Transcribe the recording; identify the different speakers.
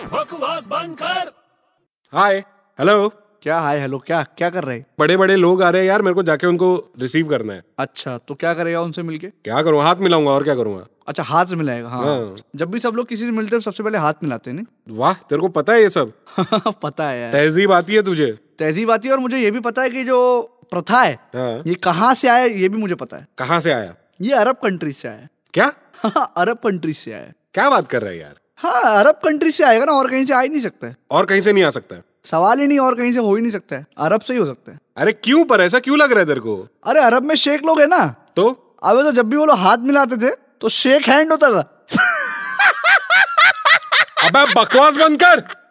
Speaker 1: आवाज बंद कर
Speaker 2: हाय हेलो
Speaker 3: क्या हाय हेलो क्या क्या कर रहे
Speaker 2: बड़े बड़े लोग आ रहे हैं यार मेरे को जाके उनको रिसीव करना है
Speaker 3: अच्छा तो क्या करेगा उनसे मिलके
Speaker 2: क्या करूँ हाथ मिलाऊंगा और क्या करूंगा
Speaker 3: अच्छा हाथ से मिलाएगा हाँ
Speaker 2: हाँ।
Speaker 3: जब भी सब लोग किसी से मिलते हैं तो सबसे पहले हाथ मिलाते हैं
Speaker 2: वाह तेरे को पता है ये सब
Speaker 3: नहीं पता है यार तो
Speaker 2: तहजीब आती है तुझे
Speaker 3: तहजीब आती है और मुझे ये भी पता है कि जो प्रथा है
Speaker 2: हाँ।
Speaker 3: ये कहाँ से आया है, ये भी मुझे पता है
Speaker 2: कहाँ से आया
Speaker 3: ये अरब कंट्री से आया है
Speaker 2: क्या
Speaker 3: हाँ, अरब कंट्री से आया है
Speaker 2: क्या बात कर रहा है यार
Speaker 3: हाँ अरब कंट्री से आएगा ना और कहीं से आ ही नहीं सकता है
Speaker 2: और कहीं से नहीं आ सकता है
Speaker 3: सवाल ही नहीं और कहीं से हो ही नहीं सकता है अरब से ही हो सकता है
Speaker 2: अरे क्यों पर ऐसा क्यों लग रहा है तेरे को
Speaker 3: अरे अरब में शेख लोग है ना
Speaker 2: तो
Speaker 3: अबे तो जब भी वो लोग हाथ मिलाते थे तो शेख हैंड होता था
Speaker 2: अबे बकवास बंद कर